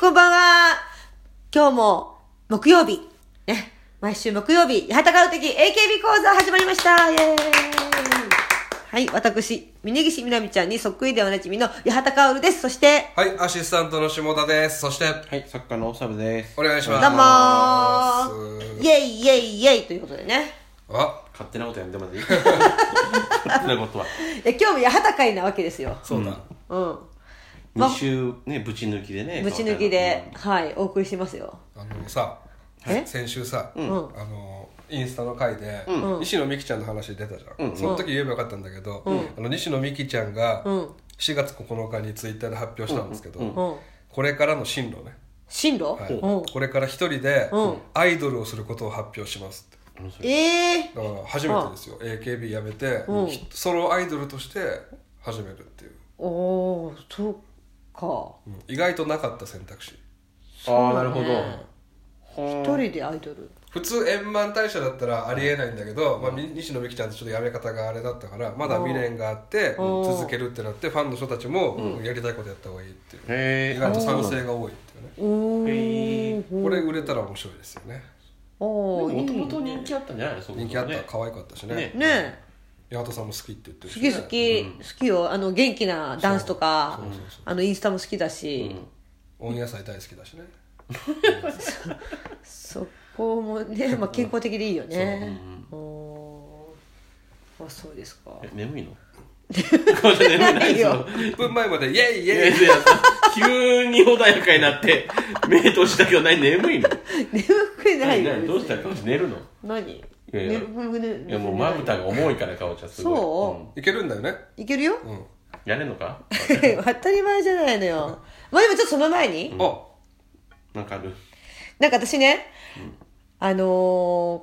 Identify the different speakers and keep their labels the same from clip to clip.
Speaker 1: こんばんは今日も木曜日、ね、毎週木曜日、八幡カル的 AKB 講座始まりましたイェーイはい、私、峯岸みなみちゃんにそっくりでおなじみの八幡薫です。そして、
Speaker 2: はい、アシスタントの下田です。そして、
Speaker 3: はい、作家のおさぶです。
Speaker 2: お願いし
Speaker 1: ど
Speaker 2: ま
Speaker 1: う
Speaker 2: す。
Speaker 1: もーイェイイェイイェイということでね。
Speaker 2: あ、
Speaker 3: 勝手なことやんでまでいい勝手なことは。
Speaker 1: いや今日も八幡会なわけですよ。
Speaker 2: そうだ。
Speaker 1: うん。ま
Speaker 3: 2週ね、ぶち抜きでね。
Speaker 1: ぶち抜きで、はい、お送りしてますよ。
Speaker 2: あのさ、
Speaker 1: え
Speaker 2: 先週さ、
Speaker 1: ん
Speaker 2: あの、インスタの回で、西野美紀ちゃんの話出たじゃん。その時言えばよかったんだけど、あの西野美紀ちゃんが、
Speaker 1: ん変
Speaker 2: 4月9日にツイッターで発表したんですけど、
Speaker 1: うん。
Speaker 2: これからの進路ね。
Speaker 1: 進路、
Speaker 2: はい
Speaker 1: うん。
Speaker 2: これから一人で
Speaker 1: うん
Speaker 2: アイドルをすることを発表しますって
Speaker 1: ええ
Speaker 2: だから初めてですよ AKB 辞めて、
Speaker 1: うん
Speaker 2: ひソロアイドルとして始めるっていう、
Speaker 1: おー、そっか。
Speaker 2: うん意外となかった選択肢
Speaker 3: ああー、なるほど。
Speaker 1: 一
Speaker 3: は
Speaker 1: 人でアイドル。
Speaker 2: 普通円満退社だったらありえないんだけど、まあ、み西野美紀ちゃんとちょっとやめ方があれだったからまだ未練があって
Speaker 1: うん
Speaker 2: 続けるってなってファンの人たちもやりたいことやった方がいいっていう、
Speaker 3: へー
Speaker 2: 意外と賛成が多いっていうね
Speaker 1: お
Speaker 3: へ
Speaker 1: ー。
Speaker 2: これ売れたら面白いですよね
Speaker 1: おー、い
Speaker 3: もと
Speaker 1: い
Speaker 3: もと人気あったんじゃないのそこそこ
Speaker 2: 人
Speaker 3: ね
Speaker 2: 気あった可愛かったしね
Speaker 3: ね
Speaker 1: ね
Speaker 2: 八幡さんも好きって言って
Speaker 1: え
Speaker 2: る
Speaker 1: 好
Speaker 2: し、
Speaker 1: き
Speaker 2: ね、
Speaker 1: 好き、好きよあの元気なダンスとか
Speaker 2: そうそうそうそう
Speaker 1: あのインスタも好きだし、
Speaker 2: 温野菜大好きだしね
Speaker 1: そこもね、まあ、健康的でいいよね、おーあそうですか
Speaker 3: え眠いの
Speaker 1: ないよ
Speaker 2: 1分前までイエイイ
Speaker 3: いや
Speaker 2: エイ
Speaker 3: いや急に穏やかになって、目閉じたけど何眠いの
Speaker 1: 眠くないよ
Speaker 3: 何どうしたか寝るの
Speaker 1: 何
Speaker 3: やいや
Speaker 1: 眠くね
Speaker 3: いや、もうまぶたが重いから、かおちゃんすごい。
Speaker 1: そ
Speaker 2: いけるんだよね
Speaker 1: いけるよ
Speaker 2: うん
Speaker 3: うんやれんのか
Speaker 1: 当たり前じゃないのよまあでもちょっとその前に、
Speaker 2: あ
Speaker 3: なんかある
Speaker 1: なんか私ね、あのー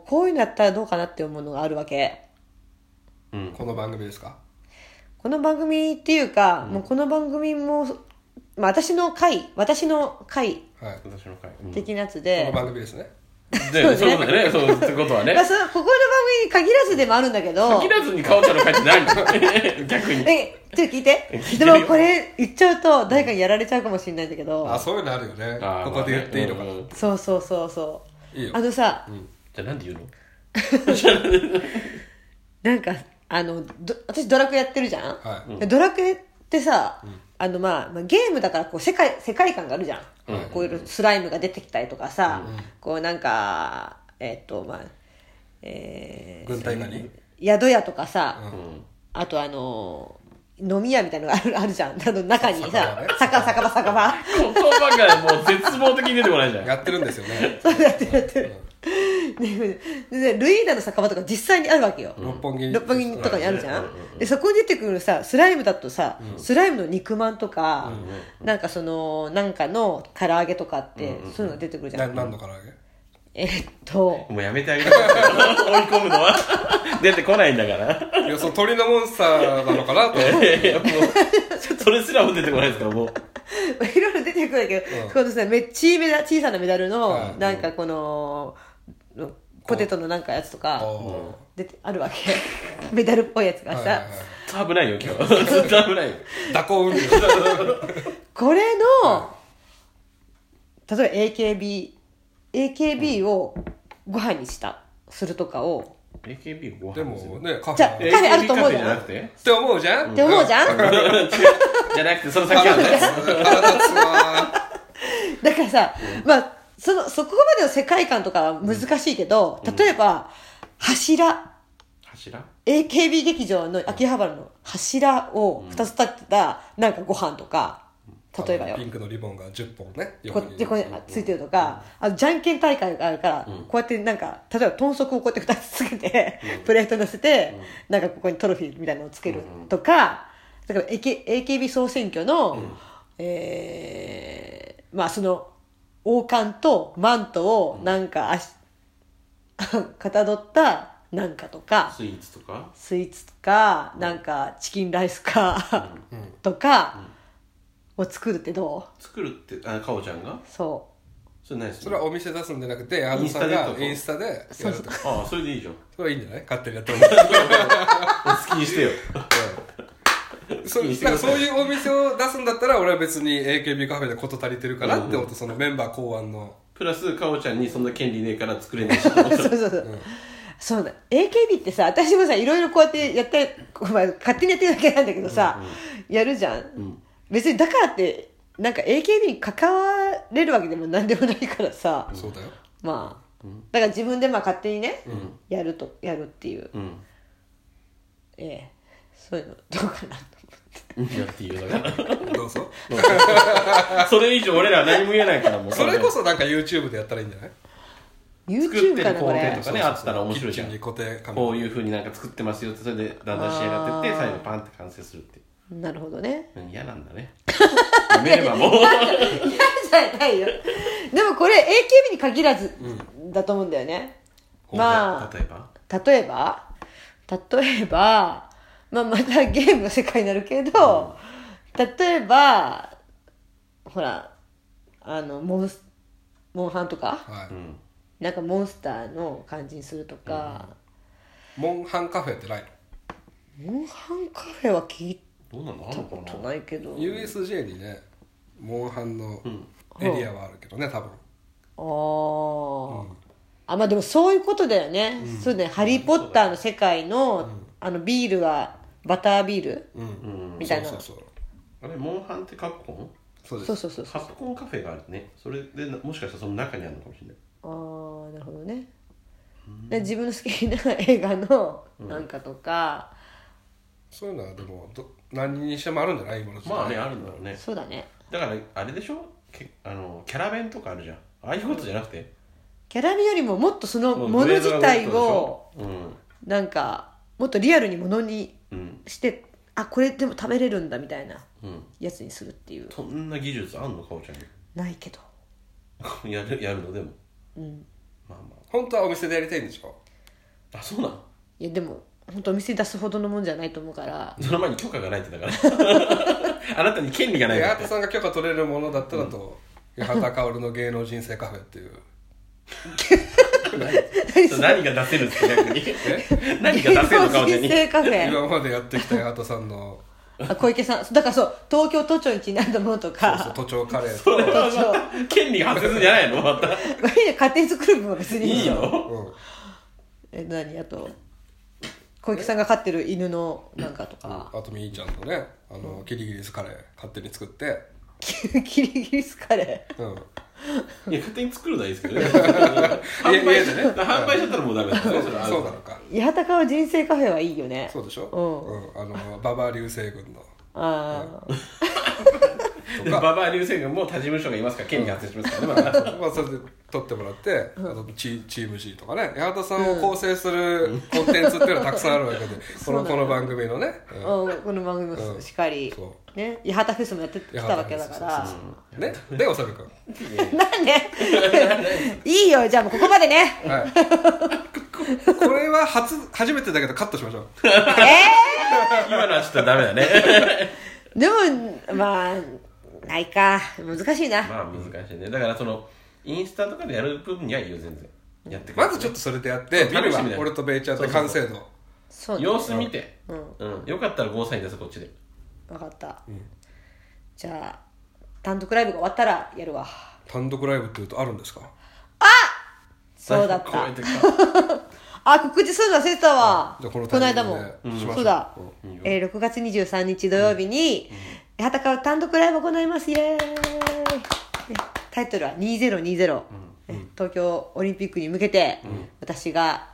Speaker 1: こういうのやったらどうかなって思うのがあるわけ
Speaker 3: うん。
Speaker 2: この番組ですか
Speaker 1: この番組っていうか、もうこの番組も、まあ、私の回私の回
Speaker 2: はいこ
Speaker 3: 私の回。うん
Speaker 1: 的なやつ
Speaker 2: の
Speaker 1: で、
Speaker 2: 番組ですね
Speaker 3: で、そういうことね。そういうことはね
Speaker 1: まあ、。そのここの番組に限らずでもあるんだけど
Speaker 3: 切らずにかおちゃんの回って何逆に。
Speaker 1: えちょっと聞いて
Speaker 3: 聞いて
Speaker 1: で
Speaker 3: るよ
Speaker 1: もこれ言っちゃうと誰かにやられちゃうかもしれないんだけど
Speaker 2: あそういうのあるよね
Speaker 3: あー
Speaker 2: ここで言っていいのかな、
Speaker 3: まあねうん
Speaker 1: そうそうそうそう
Speaker 2: いいよ
Speaker 1: あのさ、
Speaker 3: じゃあなんで言うの
Speaker 1: なんかあのど私ドラクエやってるじゃん、
Speaker 2: はい
Speaker 1: でドラクエってさ、あのまあ、まあゲームだからこう世界世界観があるじゃん、
Speaker 2: うん
Speaker 1: こういうスライムが出てきたりとかさ、こうなんかえっとまあえ
Speaker 2: 軍隊がに
Speaker 1: ー、宿屋とかさ、
Speaker 2: うん
Speaker 3: うん。
Speaker 1: あとあのー飲み屋みたいなのがあるあるじゃんあの中にさ酒場酒場酒場
Speaker 3: 言葉がもう絶望的に出てこないじゃん。
Speaker 2: やってるんですよね
Speaker 1: そうやってやってる、ねでルイーダの酒場とか実際にあるわけよ、
Speaker 2: 六本木
Speaker 1: 六本木とかにあるじゃん、
Speaker 3: うんうんうん
Speaker 1: でそこに出てくるさスライムだとさ、スライムの肉まんとか、なんかそのなんかの唐揚げとかって、そういうのが出てくるじゃ、
Speaker 2: なん何の唐揚げ
Speaker 1: えっと
Speaker 3: もうやめてあげて。追い込むのは。出てこないんだか
Speaker 2: い
Speaker 3: ら。
Speaker 2: やその鳥のモンスターなのかなと思 って
Speaker 3: いやもう、それすらも出てこないですから、もう。
Speaker 1: まあいろいろ出てくるんだけど、このさめっちいめだ小さなメダルの、
Speaker 2: うん
Speaker 1: なんかこのポテトのなんかやつとか
Speaker 2: お
Speaker 1: 出てあるわけメダルっぽいやつが
Speaker 2: ー
Speaker 1: さ、
Speaker 2: はいはいはい
Speaker 3: 危ないよ、今日。ずっと危ないよ。
Speaker 2: 蛇行運動
Speaker 1: これの、例えば AKB、AKB をご飯にした、するとかを、
Speaker 3: AKB ご飯
Speaker 2: でも ねカフ
Speaker 1: じゃあ
Speaker 2: ェ
Speaker 1: カフェあると思う
Speaker 3: じ
Speaker 1: じ
Speaker 3: ゃ
Speaker 1: ゃん
Speaker 3: な
Speaker 1: っ
Speaker 3: く て
Speaker 2: って思うじゃんって
Speaker 1: 思うじゃん、 だ
Speaker 3: じゃなくて、その先
Speaker 2: 腹
Speaker 3: は
Speaker 2: 立つ
Speaker 3: ね。
Speaker 2: 腹立つわ
Speaker 1: からさ、まあ、その、そこまでの世界観とかは難しいけど、例えば、柱、
Speaker 3: 柱
Speaker 1: AKB 劇場の秋葉原の柱を2つ立ってた、なんかご飯とか、例えばよ
Speaker 2: ピ。ンクのリボンが10本ね
Speaker 1: こ
Speaker 2: 横
Speaker 1: うやっ
Speaker 2: に
Speaker 1: てこれついてるとか、あのじゃんけん大会があるから、こうやってなんか、例えば豚足をこうやって2つつけて、 プレートに乗せて、なんかここにトロフィーみたいなのをつけるとか、だから AK AKB 総選挙の、えーまあその、王冠とマントをなんか足、 かたどったなんかとか、
Speaker 3: スイーツとか
Speaker 1: スイーツとか、なんかチキンライスか、とか、を作るってど
Speaker 3: 作るって、あ、かおちゃんが
Speaker 1: うそう。
Speaker 3: それ何す
Speaker 2: そ
Speaker 3: る
Speaker 2: れはお店出すんじゃなくてあのさんがイ
Speaker 3: イ
Speaker 2: ン
Speaker 3: ン
Speaker 2: スタでやる
Speaker 1: そう
Speaker 2: と
Speaker 3: ああ、それでいいじゃん。
Speaker 2: それはいいんじゃない勝手にやってもらって
Speaker 3: 好きにして
Speaker 2: う
Speaker 3: よ。
Speaker 2: んそ
Speaker 3: に
Speaker 2: う
Speaker 3: してください
Speaker 2: そういうお店を出すんだったら俺は別に AKB カフェで事足りてるかなって思ってそのメンバー考案の
Speaker 3: プラスかおちゃんにそんな権利ねえから作れないし
Speaker 1: そうそうそう。そうだ AKB ってさ私もさいろいろこうやってやってこうまあ勝手にやってるだけなんだけどさ、やるじゃん、別にだからってなんか AKB に関われるわけでも何でもないからさ、
Speaker 2: そうだよ
Speaker 1: まあだから自分でまあ勝手にね、やるとやるっていう、
Speaker 3: ん
Speaker 1: ええそういうのどうかなと
Speaker 3: やっていいよだ か
Speaker 2: どう ぞ
Speaker 3: らそれ以上俺らは何も言えないからも う
Speaker 2: それこそなんか YouTube でやったらいいんじゃない
Speaker 1: YouTube かなこ
Speaker 3: 作ってる工程
Speaker 1: れ
Speaker 3: とかねあったら面白いじゃん
Speaker 2: キッチンに固定カメラ
Speaker 3: こういうふうになんか作ってますよってそれでだんだん仕上がってって最後パンって完成するっていう
Speaker 1: なるほどね
Speaker 3: うん嫌なんだ ねやめればもう
Speaker 1: 嫌じゃないよでもこれ AKB に限らずだと思うんだよね、ま
Speaker 3: 例えば
Speaker 1: あ例えば例えば、まあ、またゲームの世界になるけど、例えばほらあのモンスモンハンとか
Speaker 2: はい
Speaker 1: なんかモンスターの感じにするとか、
Speaker 2: モンハンカフェってないの
Speaker 1: モンハンカフェは聞い
Speaker 3: どうなのあん
Speaker 1: た
Speaker 3: のか
Speaker 1: こ
Speaker 3: な
Speaker 1: とないけど
Speaker 2: USJ にねモンハンのエリアはあるけどね多分
Speaker 1: あー、あまあでもそういうことだよね、そうだね「ハリー・ポッター」の世界の,、あのビールはバタービール、
Speaker 2: うん
Speaker 1: みたいな
Speaker 2: そうそうそう
Speaker 3: あれモンハンってカプコン
Speaker 2: そうです
Speaker 1: そうそうそうそ
Speaker 3: カ
Speaker 1: う
Speaker 3: プコンカフェがあるねそれでもしかしたらその中にあるのかもしれない
Speaker 1: ああなるほどね、で自分の好きな映画のなんかとか、
Speaker 2: そういうのはでもど何にしてもあるんじゃない今の時代
Speaker 3: まあねあるんだろうね
Speaker 1: そうだね
Speaker 3: だからあれでしょけあのキャラ弁とかあるじゃんああいうことじゃなくて
Speaker 1: キャラメよりももっとその
Speaker 3: もう
Speaker 1: もの自体
Speaker 3: グレードが
Speaker 1: を
Speaker 3: 上がったでしょ
Speaker 1: なんかもっとリアルにものに
Speaker 3: うんうん
Speaker 1: してあこれでも食べれるんだみたいな
Speaker 3: うん
Speaker 1: やつにするっていう
Speaker 3: そんな技術あんのかおちゃん
Speaker 1: ないけど
Speaker 3: にやるやるのでも
Speaker 1: うん
Speaker 3: まあま
Speaker 2: 本当はお店でやりたいんでしょ
Speaker 3: ああそうなの
Speaker 1: いやでも本当お店出すほどのもんじゃないと思うから
Speaker 3: その前に許可がないってだからあなたに権利がないんだ
Speaker 2: 八
Speaker 3: っ
Speaker 2: 幡
Speaker 3: て
Speaker 2: さんが許可取れるものだったらと八幡薫の芸能人生カフェっていう
Speaker 3: それ何が出せるんですか逆に何が出せるのかおちゃ
Speaker 1: 芸能人
Speaker 3: んに
Speaker 1: 生カフェ
Speaker 2: 今までやってきた八幡さん の
Speaker 1: あ小池さんだからそう東京都庁一になるものと
Speaker 2: そうそう
Speaker 1: か
Speaker 2: 都庁カレー
Speaker 3: そ
Speaker 2: と
Speaker 3: れはまた権利が発生するんじゃないのま た
Speaker 1: まあいいね勝手に作る分は別に
Speaker 3: いい
Speaker 1: よ
Speaker 3: の
Speaker 2: うん
Speaker 1: え何あと小池さんが飼ってる犬のなんかとか
Speaker 2: あとみーちゃんのねあのキリギリスカレー勝手に作って
Speaker 1: キリ ギリスカレー
Speaker 2: うん
Speaker 3: いや勝手に作るのはいいですけどね販売し
Speaker 2: いやいや
Speaker 3: 販売しちゃったらもうダメだねそれは
Speaker 2: そうなのか
Speaker 1: 八幡川人生カフェはいいよね
Speaker 2: そうでしょ
Speaker 1: う
Speaker 2: うんあの馬場流星群の
Speaker 1: ああ
Speaker 2: と
Speaker 3: で
Speaker 2: か
Speaker 3: ババア流星群も他事務所がいますから権利が発生しますからねまた
Speaker 2: まあ、それで撮ってもらって、あとチチーム G とかね八幡さんを構成するコンテンツっていうのはたくさんあるわけで、このこの番組のね、うん
Speaker 1: うんこの番組もしっかり
Speaker 2: そ
Speaker 1: ね八幡フェスもやってきたわけだから
Speaker 2: ねでおさびくん
Speaker 1: なんで いいよじゃあもうここまで ね
Speaker 2: はいこ れは初初めてだけどカットしましょう
Speaker 3: 今のはちょっとダメだね
Speaker 1: でもまあないか難しいな、
Speaker 3: まあ難しいねだからそのインスタとかでやる部分にはいいよ全然やってくれ
Speaker 2: まずちょっとそれでやって
Speaker 3: そ
Speaker 2: 見
Speaker 3: う
Speaker 2: る
Speaker 3: 試し
Speaker 2: わ
Speaker 3: てみたい
Speaker 2: 俺とベイちゃんで
Speaker 3: そうそう
Speaker 2: 完
Speaker 3: そ
Speaker 2: 成度
Speaker 1: そうね
Speaker 3: 様子見て、
Speaker 1: う
Speaker 3: うんんよかったらゴーサイン出すこっちで
Speaker 1: 分かった、じゃあ単独ライブが終わったらやるわ
Speaker 2: 単独ライブっていうとあるんですか
Speaker 1: そうだっ
Speaker 3: こう
Speaker 1: た
Speaker 3: やってか
Speaker 1: あ告知するの忘れてたわ
Speaker 2: じゃあこの
Speaker 1: この
Speaker 2: タイミ
Speaker 1: 間
Speaker 2: ング
Speaker 1: も
Speaker 2: でうんしましょう
Speaker 1: そうだ
Speaker 3: うんいいよ
Speaker 1: えー6月23日土曜日に八幡川単独ライブを行いますイエーイタイトルは2020、えー東京オリンピックに向けて私が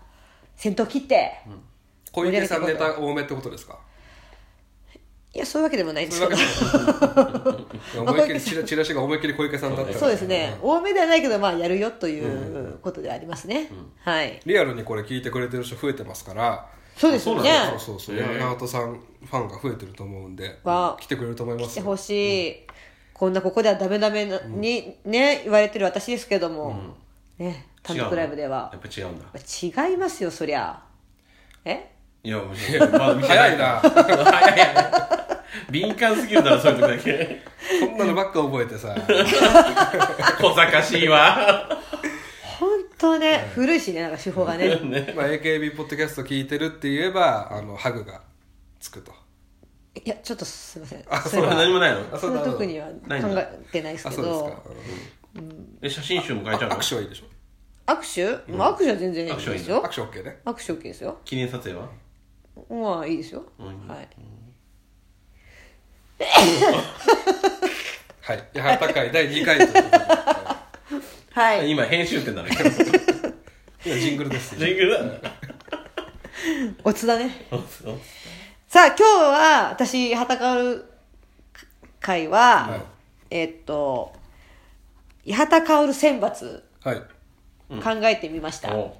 Speaker 1: 先頭切って、
Speaker 2: 小池さんネタ多めってことですか
Speaker 1: いやそういうわけでもないんで
Speaker 2: そう
Speaker 1: す
Speaker 2: いう
Speaker 1: け
Speaker 2: わ
Speaker 1: ど
Speaker 2: けじゃない思いっきりチラチラシが思いっきり小池さんだったか ら
Speaker 1: そうですね、多めではないけど、まあ、やるよということではありますね、はい、
Speaker 2: リアルにこれ聞いてくれてる人増えてますから
Speaker 1: そうですよね、
Speaker 3: あ
Speaker 2: そうそうそう、八幡さんファンが増えてると思うんで、
Speaker 1: わあ
Speaker 2: 来てくれると思いま
Speaker 1: し
Speaker 2: す
Speaker 1: て
Speaker 2: よ
Speaker 1: ほしい、こんなここではダメダメなに、ね、言われてる私ですけども、ね、単
Speaker 3: 違う
Speaker 1: 独
Speaker 3: の
Speaker 1: ライブでは
Speaker 3: やっぱ違うんだ
Speaker 1: 違いますよ、そりゃ。え
Speaker 3: いやもうまだ見て
Speaker 2: 早いな
Speaker 3: 早いね敏感すぎるだろそういう時だけ
Speaker 2: そんなのばっか覚えてさ
Speaker 3: 小賢しいわ
Speaker 1: 本当ね、古いしね、なんか手法がね。
Speaker 2: まあ AKB ポッドキャスト聞いてるって言えばあのハグがつくと
Speaker 1: いやちょっとすいません
Speaker 2: あ
Speaker 1: そ
Speaker 2: そ
Speaker 1: れ
Speaker 2: う
Speaker 1: は
Speaker 2: な
Speaker 3: 何もないの
Speaker 2: あ
Speaker 1: そ
Speaker 2: ん
Speaker 1: れ
Speaker 2: な
Speaker 1: は特には考
Speaker 3: ないんだ
Speaker 1: えてないです
Speaker 2: あ
Speaker 1: け
Speaker 2: そうです
Speaker 1: ど
Speaker 2: か
Speaker 3: え写真集も変えちゃう
Speaker 2: あ
Speaker 3: の
Speaker 2: 握手はいいでしょ
Speaker 1: 握手、まあ、握手は全然いいですよ
Speaker 2: 握手 OK ね
Speaker 1: 握手 OK ですよ
Speaker 3: 記念撮影は
Speaker 1: まあいいですよ、
Speaker 3: うん
Speaker 1: はい
Speaker 2: はい八幡会第2回ということでは
Speaker 1: はい
Speaker 3: 今編集点だね
Speaker 2: い今ジングルですよ
Speaker 3: ジングルだね
Speaker 1: おつだね
Speaker 3: そうそう
Speaker 1: さあ今日は私はたかる会は、
Speaker 2: はい
Speaker 1: えっと八幡薫選抜
Speaker 2: はい
Speaker 1: 考えてみました、
Speaker 3: お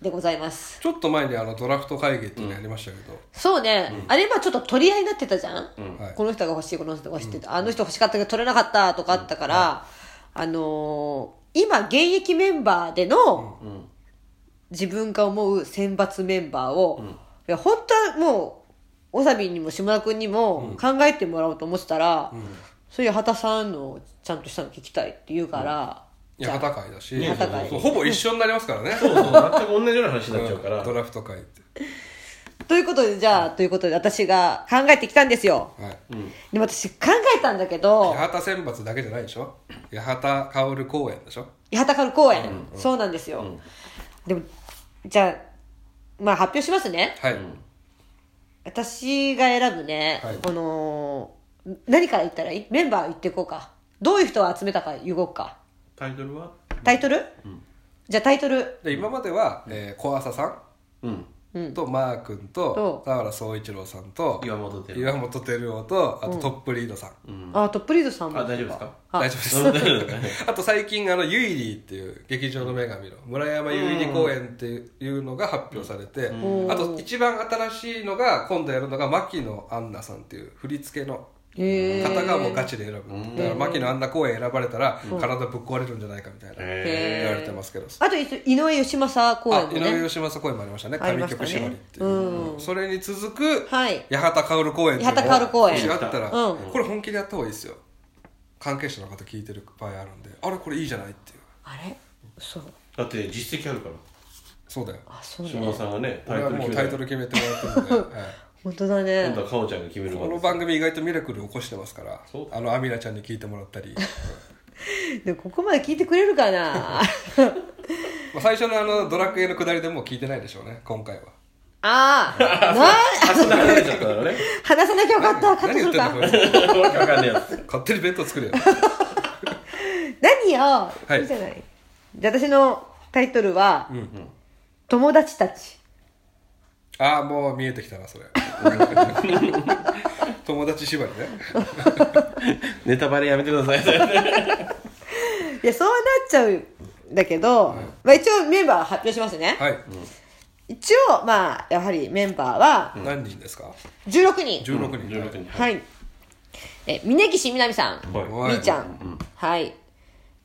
Speaker 1: でございます
Speaker 2: ちょっと前にあのドラフト会議っていうのやりましたけど、
Speaker 1: そうね、あれ今ちょっと取り合いになってたじゃん、
Speaker 2: はい
Speaker 1: この人が欲しいこの人が欲しいって、あの人欲しかったけど取れなかったとかあったから、あのー今現役メンバーでの自分が思う選抜メンバーを、いや本当はもうおさびにも島田君にも考えてもらおうと思ってたら、そういう畑さんのちゃんとしたの聞きたいって言うから、
Speaker 2: い
Speaker 1: じ
Speaker 2: や
Speaker 1: ゃあ
Speaker 2: 八幡会だし、
Speaker 1: 八幡会
Speaker 2: そうほぼ一緒になりますからね
Speaker 3: そう全く同じような話になっちゃうから
Speaker 2: ドラフト会って
Speaker 1: ということでじゃあということで私が考えてきたんですよ
Speaker 2: はい
Speaker 1: でも私考えたんだけど
Speaker 2: 八幡選抜だけじゃないでしょ八幡薫公園でしょ
Speaker 1: 八幡薫公園、そうなんですよ、でもじゃあまあ発表しますね
Speaker 2: はい、
Speaker 1: 私が選ぶね、
Speaker 2: はい
Speaker 1: この何から言ったらいいメンバー言っていこうかどういう人を集めたか言おうか
Speaker 3: タイトルは
Speaker 1: タイトル、じゃあタイトル
Speaker 2: で今までは、えー、小浅さ
Speaker 3: うん
Speaker 2: んとマー君
Speaker 1: と
Speaker 2: と田原総一郎さんと
Speaker 3: 岩本照
Speaker 2: 岩本照夫とあとトップリードさん、
Speaker 1: あトップリードさんも
Speaker 3: あ大丈夫ですか
Speaker 1: あ
Speaker 2: 大丈夫です
Speaker 3: 大丈夫です
Speaker 2: あと最近あのユイリーっていう劇場の女神の村山ユイリー公演っていうのが発表されて、あと一番新しいのが今度やるのが牧野アンナさんっていう振り付けの
Speaker 1: へ
Speaker 2: 方がもうガチで選ぶ、だから牧野アンナ公演選ばれたら体ぶっ壊れるんじゃないかみたいな
Speaker 1: へー
Speaker 2: 言われてますけど
Speaker 1: あと井上義政公演
Speaker 2: あ
Speaker 1: も
Speaker 2: 井上
Speaker 1: ね
Speaker 2: 義政公演もありましたね
Speaker 1: あり
Speaker 2: 神
Speaker 1: ました
Speaker 2: 曲
Speaker 1: ね
Speaker 2: 縛りっていうそれに続く
Speaker 1: はい
Speaker 2: 八幡薫公演っていうの
Speaker 1: 八幡薫公演
Speaker 2: もしあったら
Speaker 1: うん
Speaker 2: これ本気でやった方がいいですよ関係者の方聞いてる場合あるんであれこれいいじゃないっていう
Speaker 1: あれそう
Speaker 3: だって実績あるから
Speaker 2: そうだよ
Speaker 1: あそう
Speaker 3: 島田
Speaker 1: ね
Speaker 3: さんがねタ
Speaker 2: 俺
Speaker 3: イ
Speaker 2: は
Speaker 3: トル
Speaker 2: もう
Speaker 3: 決
Speaker 2: タ
Speaker 3: め
Speaker 2: イ
Speaker 3: た
Speaker 2: ト
Speaker 3: ら
Speaker 2: ル決めてもらっ てるんではい
Speaker 1: 本当だね
Speaker 3: 今度はかおちゃんが決める
Speaker 2: こ
Speaker 3: 番
Speaker 2: の番組意外とミラクル起こしてますから
Speaker 3: そう
Speaker 2: あのアミラちゃんに聞いてもらったり
Speaker 1: でここまで聞いてくれるかな
Speaker 2: まあ最初のあのドラクエの下りでもう聞いてないでしょうね今回は
Speaker 1: ああ
Speaker 3: あそんな離れちゃったからね
Speaker 1: 話さなきゃよかったカット
Speaker 2: 何
Speaker 1: す
Speaker 2: 言
Speaker 1: る
Speaker 2: ってん
Speaker 1: か
Speaker 2: だこいつ
Speaker 3: わけわかんないやつ
Speaker 2: 勝手に弁当作れよ
Speaker 1: 何よ、
Speaker 2: い
Speaker 1: い、いじゃないじゃあ私のタイトルは「友達たち
Speaker 2: ああもう見えてきたなそれ 友達縛りね」
Speaker 3: ネタバレやめてください
Speaker 1: いやそうなっちゃうんだけど、まあ、一応メンバー発表しますね、
Speaker 2: はい、
Speaker 1: 一応まあやはりメンバーは
Speaker 2: 何人ですか
Speaker 1: 16人、
Speaker 2: 16人、
Speaker 3: 16人
Speaker 1: はいえ峯岸みなみさん、
Speaker 3: はい
Speaker 2: はい
Speaker 1: みーちゃん、はい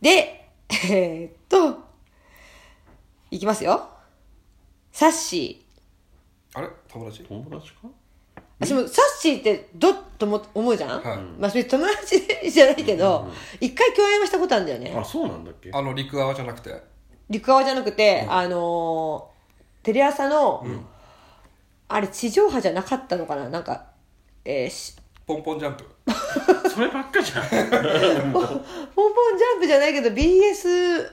Speaker 1: でえーっといきますよサッシー
Speaker 2: あれ友達
Speaker 3: 友達か
Speaker 1: 私もサッシーってどっとも思うじゃん、
Speaker 2: はい
Speaker 1: まあそれ友達 じゃないけど、一回共演はしたことあるんだよね
Speaker 3: あそうなんだっけ
Speaker 2: あの陸側じゃなくて
Speaker 1: 陸側じゃなくて、あのーテレ朝の、あれ地上波じゃなかったのかななんか、えーし
Speaker 2: ポンポンジャンプ
Speaker 3: そればっかじゃん
Speaker 1: ポンポンジャンプじゃないけど BS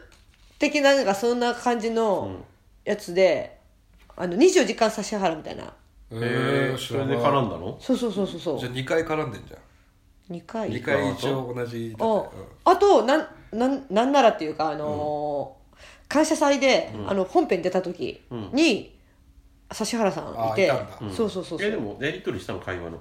Speaker 1: 的ななんかそんな感じのやつで、あの24時間差し払うみたいな
Speaker 2: ええ
Speaker 3: それで絡んだの
Speaker 1: そうそうそうそうそ
Speaker 2: じゃ
Speaker 1: う
Speaker 2: あ2回絡んでんじゃん
Speaker 1: 2回
Speaker 2: 2回一応同じだ
Speaker 1: お
Speaker 2: ってうん
Speaker 1: あとなんなんなんならっていうかあのー感謝祭で、あの本編出た時に、指原さんいて
Speaker 2: あいたんだう
Speaker 1: そうそうそうそう
Speaker 3: えでもやりとりしたの会話の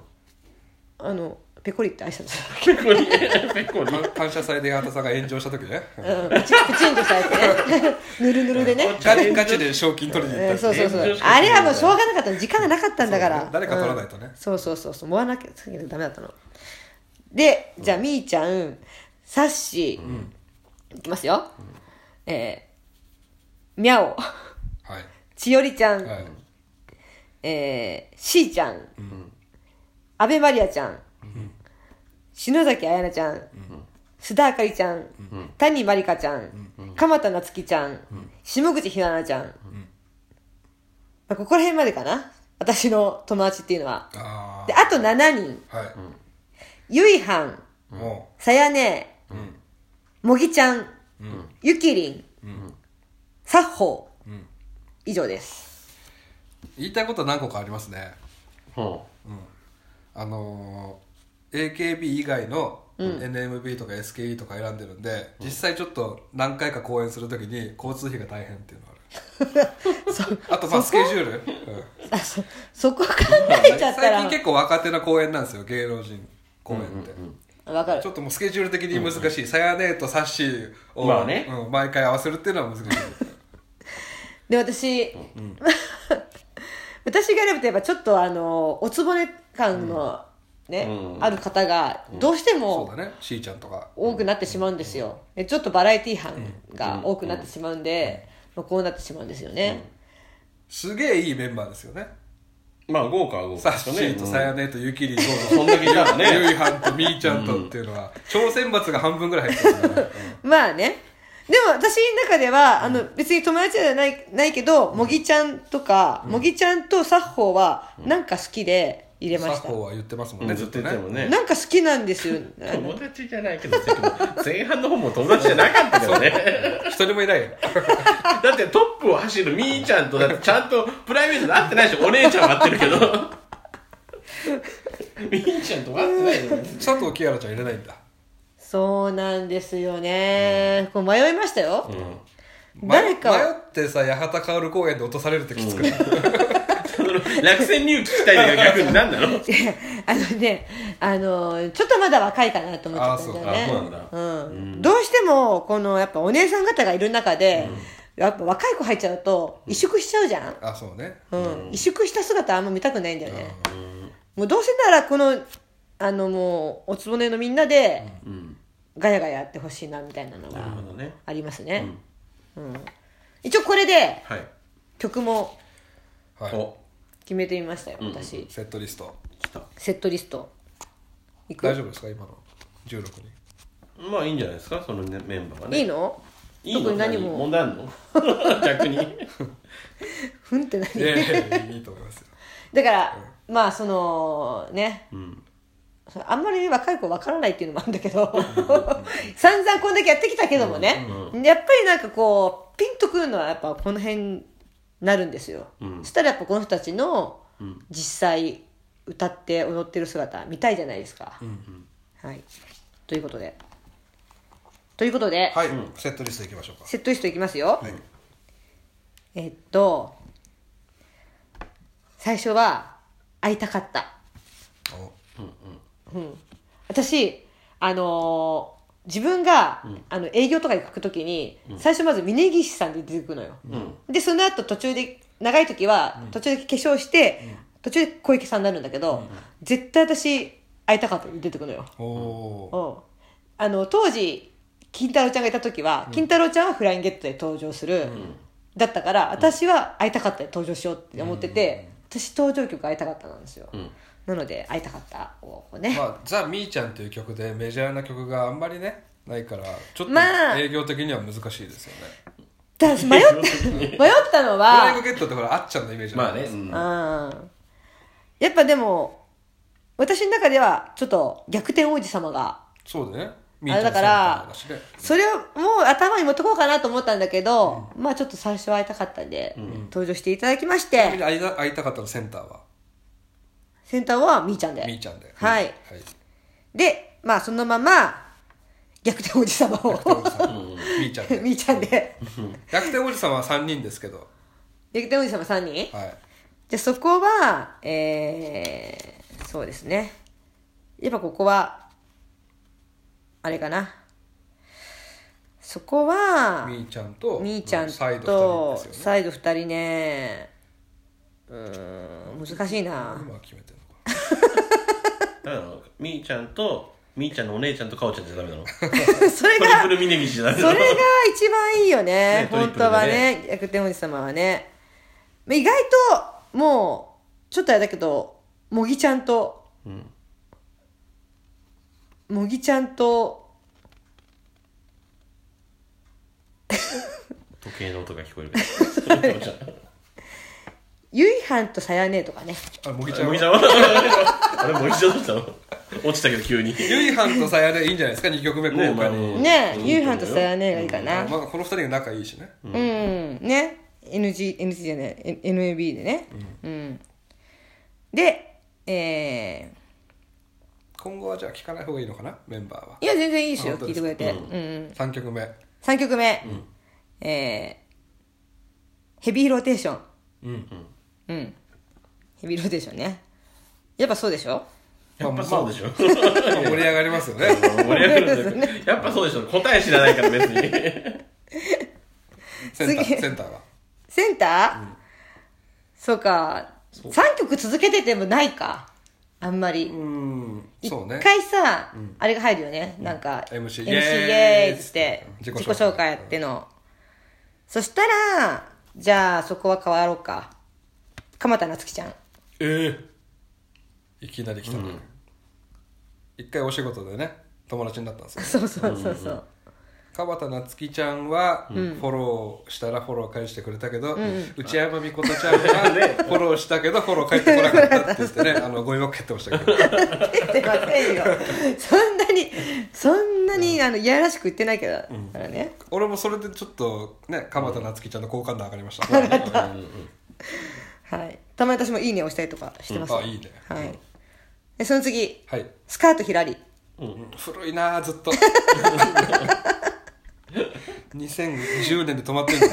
Speaker 1: あのペコリって挨拶
Speaker 3: ペコリペコリ
Speaker 2: か感謝祭で八幡さんが炎上した時ね
Speaker 1: うんプチプチンとしたやつ ねぬるぬるでね
Speaker 2: ガチガチで賞金取りに行
Speaker 1: う
Speaker 2: っ
Speaker 1: ん
Speaker 2: た
Speaker 1: そう
Speaker 2: やつ
Speaker 1: そうそ
Speaker 3: 炎上
Speaker 1: う
Speaker 3: しか
Speaker 1: あれはもうしょうがなかったの時間がなかったんだから
Speaker 2: 誰か取らないとね
Speaker 1: うんそうそうそうそうもらわなきゃダメだったのでじゃあみーちゃんさっしーいきますよえーみゃお
Speaker 2: はい
Speaker 1: ちよりちゃん
Speaker 2: はい
Speaker 1: えー、しーちゃん、阿部まりあちゃん、篠崎彩菜ちゃん、須田あかりちゃん、谷まりかちゃん、鎌田夏樹ちゃん、下口ひななちゃん、まあ、ここら辺までかな。私の友達っていうのは。
Speaker 2: あ
Speaker 1: で、あと7人。
Speaker 2: あ。はい。
Speaker 1: ゆいはん、
Speaker 2: も
Speaker 1: さやね
Speaker 2: う、うん。
Speaker 1: もぎちゃん、
Speaker 2: うん。
Speaker 1: ゆきりん、さっほう
Speaker 2: うん。
Speaker 1: 以上です。
Speaker 2: 言いたいこと何個かありますね。
Speaker 3: ほ
Speaker 2: あのー AKB 以外の NMB とか SKE とか選んでるんで、実際ちょっと何回か公演するときに交通費が大変っていうのがある あとまあスケジュール、うん
Speaker 1: あそ、そこ考えちゃった
Speaker 2: 最
Speaker 1: ら、
Speaker 2: 近結構若手の公演なんですよ芸能人公演って、
Speaker 1: わかる
Speaker 2: ちょ。っともうスケジュール的に難しいさやねとさっしーを、
Speaker 3: まあね
Speaker 2: うん毎回合わせるっていうのは難しい
Speaker 1: で、私、 私が選ぶとやっぱちょっとあの、おつぼね感のね、
Speaker 3: うん
Speaker 1: ある方が、どうしても、
Speaker 2: そうだねしーちゃんとか
Speaker 1: 多くなってしまうんですよ、でちょっとバラエティー班が多くなってしまうんで、まあ、こうなってしまうんですよね、
Speaker 2: すげえいいメンバーですよね
Speaker 3: う。まあ、豪華は豪
Speaker 2: さ
Speaker 3: 華
Speaker 2: っ
Speaker 3: で
Speaker 2: し
Speaker 3: すよ
Speaker 2: ーとさ
Speaker 3: ね。
Speaker 2: やねとゆきりんと
Speaker 3: うんそんだけいたらね。
Speaker 2: ゆいはんとみーちゃんとっていうのは超選抜が半分ぐらい入ってるから、
Speaker 1: まあねでも私の中ではあの別に友達じゃないないけどもぎちゃんとか、もぎちゃんとサッホーはなんか好きで入れま
Speaker 2: サ
Speaker 1: し
Speaker 2: ッ
Speaker 1: た、
Speaker 2: ホーは言ってますもん
Speaker 3: う
Speaker 2: ね、
Speaker 3: んずっと言ってたもんね。
Speaker 1: なんか好きなんですよ
Speaker 3: 友達じゃないけど、でも前半の方も友達じゃなかったけどね。
Speaker 2: 一人もいないよ
Speaker 3: だってトップを走るみーちゃんと、だってちゃんとプライベートで会ってないでしょ。お姉ちゃんは会ってる けど。みーちゃんとは会ってないよね。
Speaker 2: 佐藤キアラちゃん入れないんだ
Speaker 1: そうなんですよね、こう迷いましたよ、誰
Speaker 2: 迷
Speaker 1: かを
Speaker 2: 迷ってさ八幡薫公園で落とされるってきつくない、
Speaker 3: その落選理由聞きたいのが逆に何なの
Speaker 1: いや あのね、あのちょっとまだ若いかなと思っちゃったんだよ
Speaker 2: あ
Speaker 1: ね
Speaker 3: そうあそう
Speaker 1: うんどうしてもこのやっぱお姉さん方がいる中で、やっぱ若い子入っちゃうと萎縮しちゃうじゃん、
Speaker 2: あそうね
Speaker 1: うん萎縮した姿あんま見たくないんだよね、もうどうせならこのあのもうおつぼねのみんなで
Speaker 3: うん。
Speaker 1: ガヤガヤやってほしいなみたいなの
Speaker 3: なるほ
Speaker 1: が
Speaker 3: どね。
Speaker 1: ありますね、うん一応これで
Speaker 3: はい。
Speaker 1: 曲も
Speaker 2: はい
Speaker 3: お、
Speaker 1: 決めてみましたよ私、
Speaker 2: セットリスト
Speaker 3: 来た。
Speaker 1: セットリストいく
Speaker 2: 大丈夫ですか今の16人
Speaker 3: まあいいんじゃないですか、そのねメンバーがね。
Speaker 1: いいの
Speaker 3: いいの
Speaker 1: 特に何も
Speaker 3: 問題あんの 逆に。
Speaker 1: ふんって何
Speaker 2: いやいやいやいいと思いますよ
Speaker 1: だから、まあそのね
Speaker 3: うん。
Speaker 1: あんまり若い子わからないっていうのもあるんだけど散々こんだけやってきたけどもね、やっぱりなんかこうピンとくるのはやっぱこの辺になるんですよ、そしたらやっぱこの人たちの実際歌って踊ってる姿見たいじゃないですか、はい、ということでということで、
Speaker 2: はい、セットリストいきましょうか
Speaker 1: セットリストいきますよ、えっと最初は「会いたかった」
Speaker 2: お
Speaker 1: 私あのー自分が、あの営業とか行く時に、最初まず峯岸さんで出てくるのよ、でその後途中で長い時は途中で化粧して、途中で小池さんになるんだけど、絶対私会いたかったで出てくるのよ、
Speaker 2: おー
Speaker 1: うんあの当時金太郎ちゃんがいた時は、金太郎ちゃんはフライングゲットで登場する、だったから私は会いたかったで登場しようって思ってて、私登場曲会いたかったなんですよ、なので会いたかったをね、
Speaker 2: まあ「ザ・みーちゃん」という曲でメジャーな曲があんまりねないからちょっと
Speaker 1: まあ
Speaker 2: 営業的には難しいですよね、
Speaker 1: だから迷った迷 ったの
Speaker 2: フライ
Speaker 1: は
Speaker 2: ングゲットってほらあっちゃんのイメージ
Speaker 3: まあ
Speaker 2: る
Speaker 3: ね。うん
Speaker 1: うんやっぱでも私の中ではちょっと逆転王子様が
Speaker 2: そうだねみ
Speaker 1: あれだから
Speaker 2: センターだしね
Speaker 1: それをもう頭に持ってこうかなと思ったんだけど、まあちょっと最初は会いたかったんで、登場していただきまし
Speaker 2: ちなみ
Speaker 1: て
Speaker 2: に会いた会いたかったのセンターは
Speaker 1: センターはみーちゃんで
Speaker 2: みーちゃんで
Speaker 1: はい
Speaker 2: はい
Speaker 1: でまあそのまま逆転おじさまを
Speaker 2: 逆転おじさんみーちゃんで
Speaker 1: みーちゃんで
Speaker 2: 逆転おじさんは3人ですけど
Speaker 1: 逆転おじさま3人
Speaker 2: はい
Speaker 1: じゃあそこはえー、そうですねやっぱここはあれかなそこは
Speaker 2: みーちゃんと
Speaker 1: みーちゃん
Speaker 2: サイド
Speaker 1: と
Speaker 2: 2人ですよね
Speaker 1: サイド2人ねうーん難しい な
Speaker 2: 今決めてるのか
Speaker 3: だからみーちゃんと、みーちゃんのお姉ちゃんとかおちゃんじゃダメな の。ト
Speaker 1: それが
Speaker 3: リプル峰岸じゃダメ
Speaker 1: そ
Speaker 3: な
Speaker 1: れ
Speaker 3: の
Speaker 1: が。一番いいよね
Speaker 3: ねトリ
Speaker 1: 本
Speaker 3: プルでね
Speaker 1: 当はね逆転王子様はねまあ意外ともうちょっとあれだけどもぎちゃんと、もぎちゃんと
Speaker 3: 時計の音が聞こえるけど。
Speaker 1: ゆいはんとさやねとかね。
Speaker 2: あれもぎちゃん
Speaker 3: もぎち
Speaker 2: は
Speaker 3: ゃんはあれもぎちゃんどうしたの落ちたけど急に
Speaker 2: ゆいはんとさやでいいんじゃないですか2曲目
Speaker 3: ね
Speaker 2: 豪華に、
Speaker 3: ま
Speaker 1: ね
Speaker 3: うん
Speaker 1: ゆいはんとさやねがいいかな。
Speaker 2: まあ、この2人が仲いいしね、
Speaker 1: うん。ね NG、NG じゃない、N- NAB でね。うん。で、えー、
Speaker 2: 今後はじゃあ聞かない方がいいのかなメンバーはい
Speaker 1: や、全然いいですよ、
Speaker 2: あ本当
Speaker 1: 聞い
Speaker 2: で
Speaker 1: て
Speaker 2: す
Speaker 1: く
Speaker 2: か
Speaker 1: れて。うん。うん
Speaker 2: 3曲目
Speaker 1: 3曲目。えー、ヘビーローテーション。
Speaker 2: うん
Speaker 1: うん。ヘビーローテーションね。やっぱそうでしょ
Speaker 3: やっぱそうでしょ
Speaker 2: まあ盛り上がりますよね
Speaker 3: 盛り上がるんだけどやっぱそうでしょ答え知らないから別に
Speaker 2: センタ
Speaker 1: 次
Speaker 2: ーセンターは
Speaker 1: センター、そうか。3曲続けててもないか。あんまり。
Speaker 2: うん
Speaker 1: 一
Speaker 2: そうね
Speaker 1: 回さ、あれが入るよね。なんか、
Speaker 2: MC
Speaker 1: イ
Speaker 2: イエーイ
Speaker 1: エーイっつって、
Speaker 2: 自
Speaker 1: 自
Speaker 2: 己
Speaker 1: 己
Speaker 2: 紹介
Speaker 1: 紹介やっての。そしたら、じゃあそこは変わろうか。鎌田夏樹ちゃん。
Speaker 2: ええいきなり来たね、一回お仕事でね友達になったんですよ
Speaker 1: そうそうそうそう。
Speaker 2: 川田夏希ちゃんはフォローしたらフォロー返してくれたけど、内山美琴 ちゃんはフォローしたけどフォロー返ってこなかったって言ってねあのゴミ箱蹴ってましたけ ど
Speaker 1: 出てませんよ。そんなに、そんなに、あの、いやらしく言ってないけど、あのね。
Speaker 2: 俺もそれでちょっとね鎌田夏希ちゃんの好感度上がりました、
Speaker 1: はい。たまに私もいいねをしたりとかしてます。
Speaker 2: うんあいいね
Speaker 1: はい。で、その次、
Speaker 2: はい
Speaker 1: スカートひらり。
Speaker 2: 古いなあずっと 2010年で止まってるの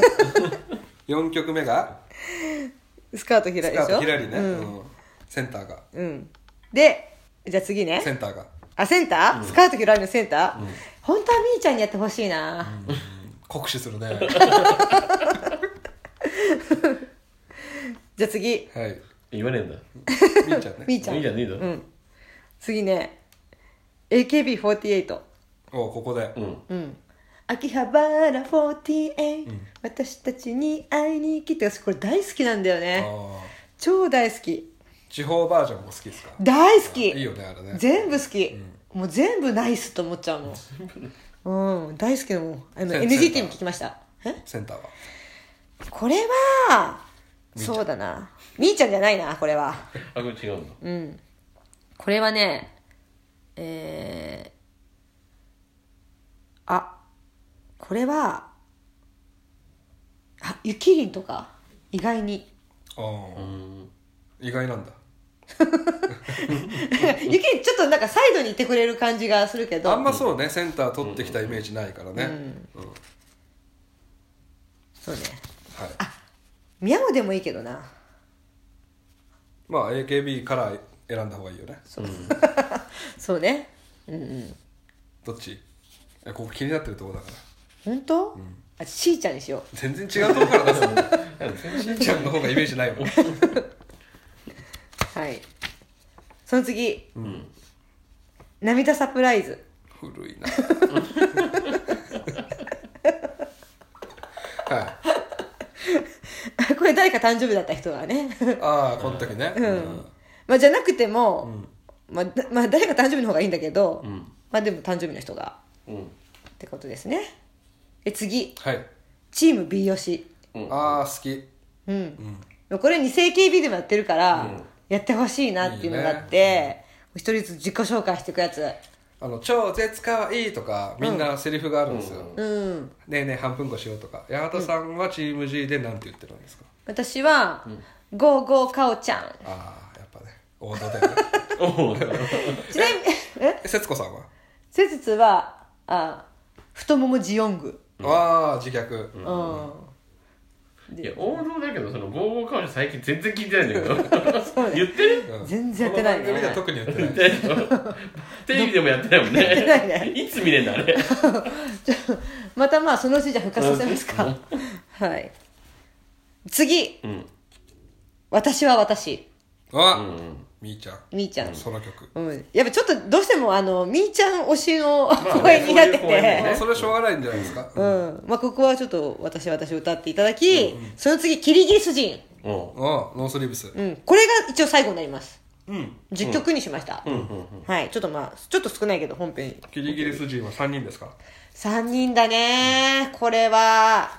Speaker 2: 4曲目が
Speaker 1: スカートひら
Speaker 2: ス
Speaker 1: り
Speaker 2: カ
Speaker 1: でし
Speaker 2: ー
Speaker 1: ょ
Speaker 2: トひらりね、
Speaker 1: う
Speaker 2: うん
Speaker 1: ん。
Speaker 2: センターが
Speaker 1: うんで、じゃあ次ね
Speaker 2: セ。ンターが
Speaker 1: あ、センタースカートひらりのセンター本当はみーちゃんにやってほしいな。
Speaker 2: 酷使す るね
Speaker 1: じゃあ次、
Speaker 2: はい
Speaker 3: 言わねえんだ
Speaker 2: みーちゃんね
Speaker 1: みーちゃ
Speaker 3: いいじゃ
Speaker 1: ん。
Speaker 3: ねえだろ
Speaker 1: うん。次ね、AKB48。
Speaker 2: おここで、
Speaker 1: うん。秋葉原48、私たちに会いに来て、私これ大好きなんだよ
Speaker 2: あ
Speaker 1: ね。
Speaker 2: ー
Speaker 1: 超大好き。
Speaker 2: 地方バージョンも好きですか
Speaker 1: 大好き
Speaker 2: いいよねあれね
Speaker 1: 全部好き、もう全部ナイスと思っちゃう もんうん大好きなもんあの
Speaker 2: セン
Speaker 1: NGT も聞きましたえ
Speaker 2: センターは
Speaker 1: これはそうだなみーちゃんじゃないなこれは
Speaker 3: あこれ違うんだ
Speaker 1: うんこれはねえー、あこれはあゆきりんとか意外に
Speaker 2: あー意外なんだ
Speaker 1: ゆ きりんちょっとなんかサイドにいてくれる感じがするけど
Speaker 2: あんまそうねセンター取ってきたイメージないからね、うん
Speaker 1: そうね
Speaker 2: はい
Speaker 1: ミャオでもいいけどな
Speaker 2: まあ AKB から選んだ方がいいよね
Speaker 1: そうね
Speaker 2: どっちえここ気になってるとこだから
Speaker 1: 本当、あしーちゃんにしよ
Speaker 2: 全然違うとこから出すのしんちゃんの方がイメージないもん
Speaker 1: うはいその次、涙サプライズ
Speaker 2: 古いな はい
Speaker 1: あこれ誰か誕生日だった人がね
Speaker 2: ああこの時ね、うん
Speaker 1: まあじゃなくても、まあ、だまあ誰か誕生日の方がいいんだけど、まあでも誕生日の人が
Speaker 3: うん
Speaker 1: ってことですねえ次
Speaker 2: はい
Speaker 1: チーム B 吉
Speaker 2: ああ好き
Speaker 1: うん、もうこれ2世 KB でもやってるから、やってほしいなっていうのがあって一、人ずつ自己紹介していくやつ
Speaker 2: あの「超絶かわいい」とかみんなセリフがあるんですよ、
Speaker 1: うん
Speaker 2: ねえねえ半分こしようとか八幡さんはチーム G でなんて言ってるんですか、
Speaker 1: 私は、ゴーゴーかおちゃん
Speaker 2: ああやっぱね王道 だよね
Speaker 3: おう
Speaker 1: ちなみにえ
Speaker 2: え節子さんは、
Speaker 1: 施術はあ太ももジヨング
Speaker 2: ああ自虐、
Speaker 1: うん、
Speaker 3: いや王道だけどそのゴーゴーカウチ最近全然聞いてないんだけど言ってる
Speaker 2: うん
Speaker 1: 全然やってないね
Speaker 2: この番組では特にやってな
Speaker 3: 言っ
Speaker 2: い
Speaker 3: てないの テレビでもやってないもんね
Speaker 1: やってないね
Speaker 3: いつ見れんだあれ
Speaker 1: じゃあまたまあそのうちじゃあ復活させますか、はい次
Speaker 3: うん
Speaker 1: 私は私
Speaker 2: あ、
Speaker 3: うん
Speaker 2: みーちゃん
Speaker 1: みーちゃん、
Speaker 2: その曲、
Speaker 1: うん、やっぱちょっとどうしてもあのみーちゃん推しの
Speaker 3: ね
Speaker 1: 公演になってて、
Speaker 3: そういう公演
Speaker 2: ま
Speaker 3: ね
Speaker 2: あ、それはしょうがないんじゃないですか、
Speaker 1: うんまあ、ここはちょっと私は私を歌っていただき、その次キリギリス人、
Speaker 3: おう
Speaker 2: うん、ノースリーブス
Speaker 1: うん、これが一応最後になります
Speaker 2: うん
Speaker 1: 10曲にしました、はいちょっとまあちょっと少ないけど本編
Speaker 2: キリギリス人は3人ですか
Speaker 1: 3人だねこれは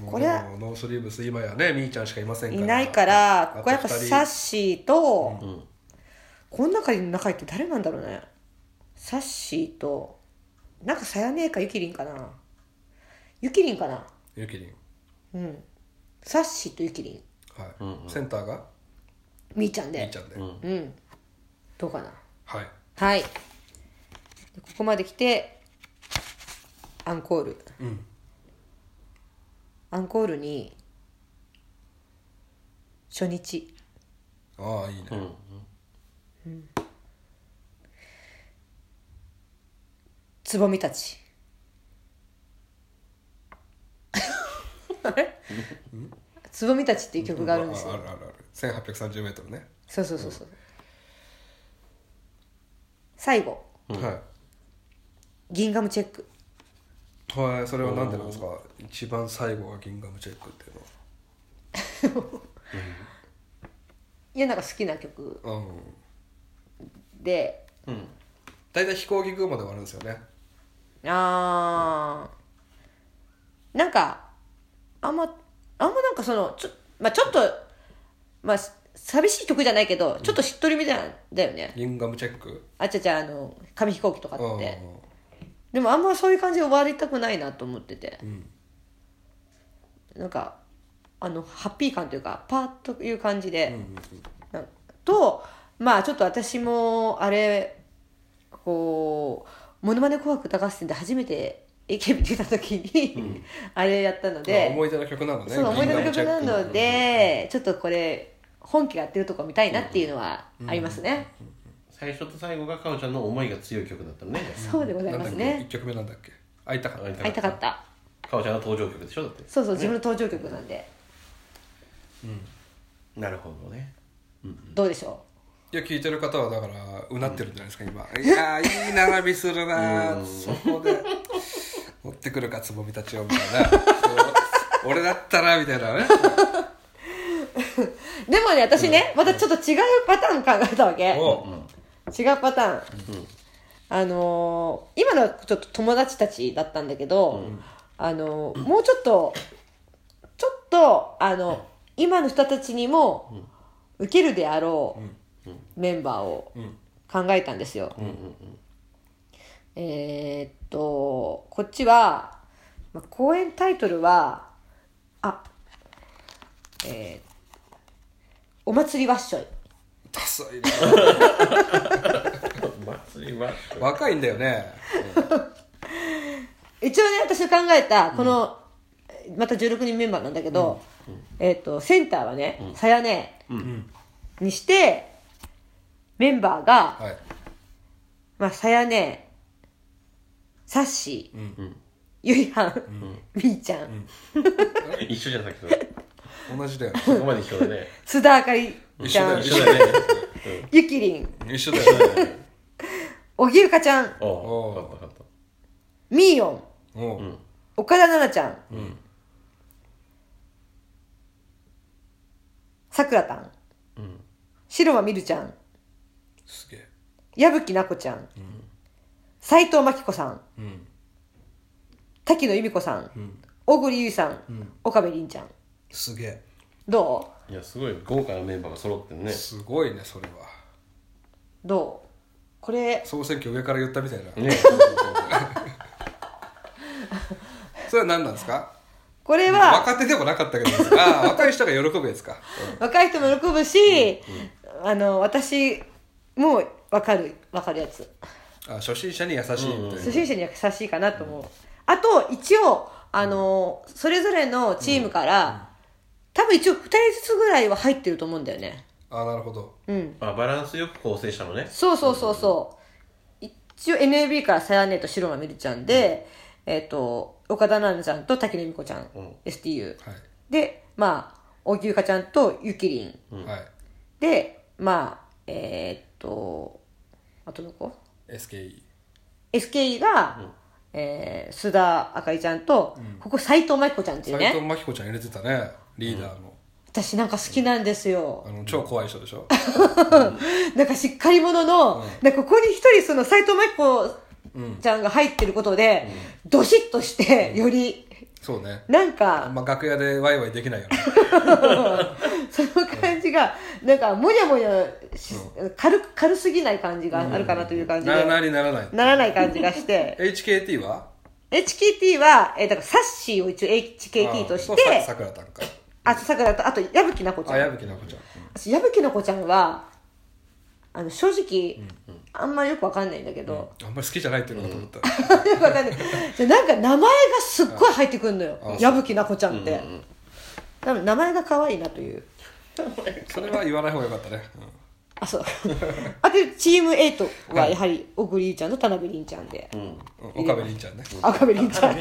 Speaker 2: もう
Speaker 1: これは
Speaker 2: でもノースリーブス今やねみーちゃんしかいませんか
Speaker 1: い
Speaker 2: ら
Speaker 1: ないから、
Speaker 2: あ
Speaker 1: ことこはやっぱ
Speaker 2: 二人
Speaker 1: サッシーと、
Speaker 3: ん
Speaker 1: この中に仲いいって誰なんだろうね。サッシーと、なんかさやねえかゆきりんかな。ゆきりんかな。
Speaker 2: ゆきりん
Speaker 1: うん。サッシーとゆきりん。
Speaker 2: はい、
Speaker 3: んうん
Speaker 2: センターが
Speaker 1: みーちゃん
Speaker 2: み
Speaker 1: で
Speaker 2: ーち。ゃんで、
Speaker 3: うん
Speaker 1: うん。どうかな。
Speaker 2: はい
Speaker 1: はい。でここまで来て、アンコール。
Speaker 2: うん
Speaker 1: アンコールに、初日。
Speaker 2: ああいいね、
Speaker 3: うん
Speaker 1: つぼみたち。 あれつぼみたちっていう曲があるんです
Speaker 2: ああ
Speaker 1: よ。
Speaker 2: るあるある1 8 3 0ルね、
Speaker 1: そうそうそうそう。最後、
Speaker 2: はい
Speaker 1: ギンガムチェック。
Speaker 2: はい、それはなんでなんですか一番最後がギンガムチェックっていう
Speaker 1: いや、なんか好きな曲
Speaker 2: のはうん
Speaker 1: で、
Speaker 3: うん
Speaker 2: 大体飛行機雲で終わるんですよね
Speaker 1: あー、なんか、あんま、あんまなんかその、ちょ、まあちょっと、まあ寂しい曲じゃないけど、ちょっとしっとりみたいなんだよね。
Speaker 2: ギンガムチェック
Speaker 1: あちゃちゃ、あの、紙飛行機とか
Speaker 2: うん
Speaker 1: って。でもあんまそういう感じで終わりたくないなと思ってて、
Speaker 2: ん
Speaker 1: なんかあのハッピー感というかパーッという感じで、なんかとまあちょっと私もあれこう「ものまね紅白歌合戦」で初めて AKB 出た時に、あれやったの
Speaker 2: あ
Speaker 1: で
Speaker 2: 思い出の曲なのね
Speaker 1: そう思い出の曲なので、
Speaker 2: う
Speaker 1: ちょっとこれ本家がやってるとこ見たいなっていうのはありますね、
Speaker 3: 最初と最後がかおちゃんの思いが強い曲だったのね
Speaker 1: そうでござい
Speaker 2: なん
Speaker 1: ま
Speaker 2: だっ
Speaker 1: す
Speaker 2: け、
Speaker 1: ね
Speaker 2: 1曲目なんだっけ会いたかった
Speaker 1: 会いたかった
Speaker 3: かおちゃんの登場曲でしょだって
Speaker 1: そうそう自分の登場曲なんで、
Speaker 3: なるほどね
Speaker 1: どうでしょ
Speaker 2: いや聞いてる方はだからうなってるんじゃないですか今いやーいい並びするなーそこで持ってくるかつぼみたちをみたいなそう俺だったらみたいなね
Speaker 1: うでもね私ね、またちょっと違うパターン考えたわけ
Speaker 2: おう
Speaker 1: 違うパターン、あのー今のはちょっと友達たちだったんだけど、あのーもうちょっとちょっとあの今の人たちにも受けるであろうメンバーを考えたんですよ、えーっとこっちは、まあ、公演タイトルはあえーお祭りわっしょい
Speaker 2: ダサいな
Speaker 3: 祭りは
Speaker 2: 若いんだよね
Speaker 1: 一応ね私が考えたこの、また16人メンバーなんだけど、えっ、とセンターはねさやねにしてメンバーが
Speaker 2: はい
Speaker 1: まあさやねさっしー
Speaker 2: ん
Speaker 1: ゆいはん、みーちゃん、
Speaker 3: 一緒じゃなくて
Speaker 2: 同じだよね
Speaker 3: そこまで一緒だ ね
Speaker 1: 津田あかりちゃん
Speaker 2: 一
Speaker 3: 一
Speaker 2: 緒
Speaker 3: 緒
Speaker 2: だ
Speaker 3: だね
Speaker 1: ゆきりん
Speaker 2: 一緒だよね
Speaker 1: おぎゅうかちゃん
Speaker 3: お
Speaker 2: お
Speaker 3: お
Speaker 2: う
Speaker 3: 分かった分かっ
Speaker 1: みーよん
Speaker 2: もう、
Speaker 1: 岡田奈々ちゃん、さくらたん、白間みるちゃん
Speaker 2: すげえ
Speaker 1: 矢吹奈子ちゃん斎、藤真紀子さん、
Speaker 2: ん
Speaker 1: 滝野由美子さん、小栗優衣さん、岡部凛ちゃん
Speaker 2: すげえ
Speaker 1: ど
Speaker 3: たいやすごい豪華なメンバーが揃ってるね
Speaker 2: すごいねそれは
Speaker 1: うどうこれ
Speaker 2: 総選挙上から言ったみたいな、
Speaker 3: ね
Speaker 2: それは何なんですか
Speaker 1: これは
Speaker 2: 若手でもなかったけどああ若い人が喜ぶやつか
Speaker 1: 若い人も喜ぶし、あの私もう分かる分かるやつ
Speaker 2: あ初心者に優しいみたいな、
Speaker 1: 初心者には優しいかなと思う、あと一応あのーそれぞれのチームから、多分一応2人ずつぐらいは入ってると思うんだよね
Speaker 2: ああなるほど
Speaker 1: うん
Speaker 3: あバランスよく構成したのね
Speaker 1: そうそうそうそう、一応 NAB からさやねと白間みるちゃんで、えっ、と岡田奈々ちゃんと滝野美子ちゃん、
Speaker 3: うん
Speaker 1: STU
Speaker 2: はい、
Speaker 1: でまあ荻生香ちゃんとゆきりん
Speaker 2: はい
Speaker 1: でまあえっ、とあとどこ
Speaker 2: SKE
Speaker 1: SKE が、えー須田あかりちゃんと、ここ斎藤真紀子ちゃんっていう
Speaker 2: 斎藤
Speaker 1: ね
Speaker 2: 真紀子ちゃん入れてたねリーダーの、
Speaker 1: 私なんか好きなんですよ
Speaker 2: あの超怖い人でし ょ
Speaker 1: なんかしっかり者の、なんかここに一人その斎藤真紀子ちゃんが入ってることで、ドシッとしてより
Speaker 2: そうね
Speaker 1: なんか、
Speaker 2: まあ楽屋でワイワイできないよね
Speaker 1: その感じが、なんか、もやもやし軽く、軽すぎない感じがあるかなという感じで、
Speaker 2: ならないにならない
Speaker 1: ならない感じが して、
Speaker 2: HKT は
Speaker 1: HKT は、えーだから、サッシーを一応 HKT とし
Speaker 2: あ
Speaker 1: て、
Speaker 2: さくらたんか
Speaker 1: あと、さくらと、あと、矢吹奈子ち
Speaker 2: あ
Speaker 1: ゃ
Speaker 2: 矢
Speaker 1: ん。
Speaker 2: 吹奈子ちゃん
Speaker 1: 私、矢吹奈子ちゃんは、あの、正直、あんまりよくわかんないんだけど、
Speaker 2: あんまり好きじゃないっていうのかと思った、
Speaker 1: よく わかんない。でなんか、名前がすっごい入ってくるのよ
Speaker 2: あそう。
Speaker 1: 矢吹奈子ちゃんって。多分名前が可愛いなという。
Speaker 2: それは言わない方がよかったね、
Speaker 1: あ、そう。あと、チーム8はやはり、小栗ちゃんと田辺凛ちゃんで、
Speaker 2: うんうん岡部凛ちゃんね、
Speaker 1: 岡部凛ちゃん、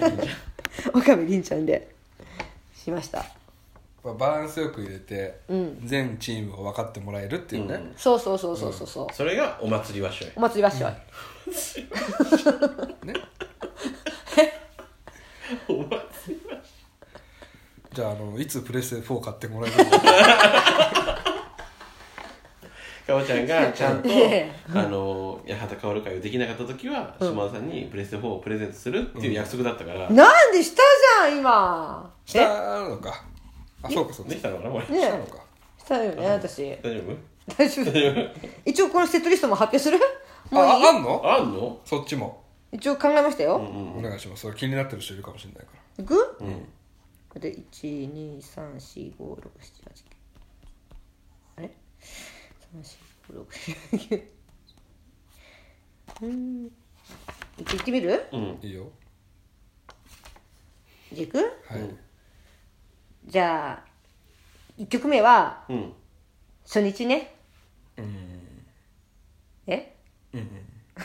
Speaker 1: 岡部凛ちゃんで、しました。
Speaker 2: まあバランスよく入れて、全チームを分かってもらえるっていうね、
Speaker 1: そうそうそうそうそうそう。
Speaker 3: それがお祭り和尚や
Speaker 1: お祭り場所は。
Speaker 2: ね
Speaker 3: お祭り
Speaker 2: じゃああのいつプレステ4買ってもらえる のか
Speaker 3: かおちゃ んがちゃんと
Speaker 1: ええ
Speaker 3: あの八幡薫会をできなかった時は島田さんにプレステ4をプレゼントするっていう約束だったから、
Speaker 1: なんでしたじゃん、今。
Speaker 2: し
Speaker 1: え
Speaker 2: たのかあそうかそうか
Speaker 3: できたのかなこれ、
Speaker 1: ね
Speaker 2: したのか
Speaker 1: したよね、私。
Speaker 3: 大丈
Speaker 1: 大 丈夫。一応、このセットリストも発表する
Speaker 2: あ
Speaker 1: もうい
Speaker 2: ああ
Speaker 1: い
Speaker 2: んの
Speaker 3: 夫あんの
Speaker 2: そっちも
Speaker 1: 一応考えましたよ。
Speaker 2: お願いしますそれ気になってる人いるかもしれないから
Speaker 1: いくで、1、2、3、4、5、6、7、8、9。あれ ?3、4、5、6、7、8、9。うーん。行ってみる
Speaker 3: うん
Speaker 2: いいよ
Speaker 1: 行く
Speaker 2: はい、
Speaker 1: じゃあ、1曲目は、
Speaker 3: うん
Speaker 1: 初日ね。うん。えうん。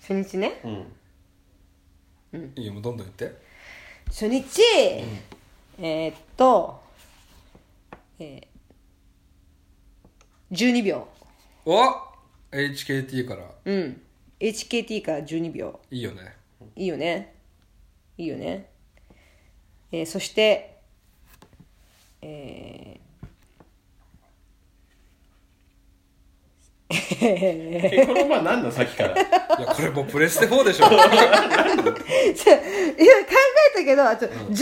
Speaker 1: 初日ね。
Speaker 3: うん
Speaker 2: いいよもうどんどん言って
Speaker 1: 初日、えーっと、えー、12秒。
Speaker 2: お HKT から
Speaker 1: うん。HKT から12秒。
Speaker 2: いいよね
Speaker 1: いいよね。いいよね。えーそして、 え
Speaker 3: えこの前何なんさっ きから
Speaker 2: いやこれもうプレステ4でしょ
Speaker 1: ー、ちょいや考えたけど、あと順番をね、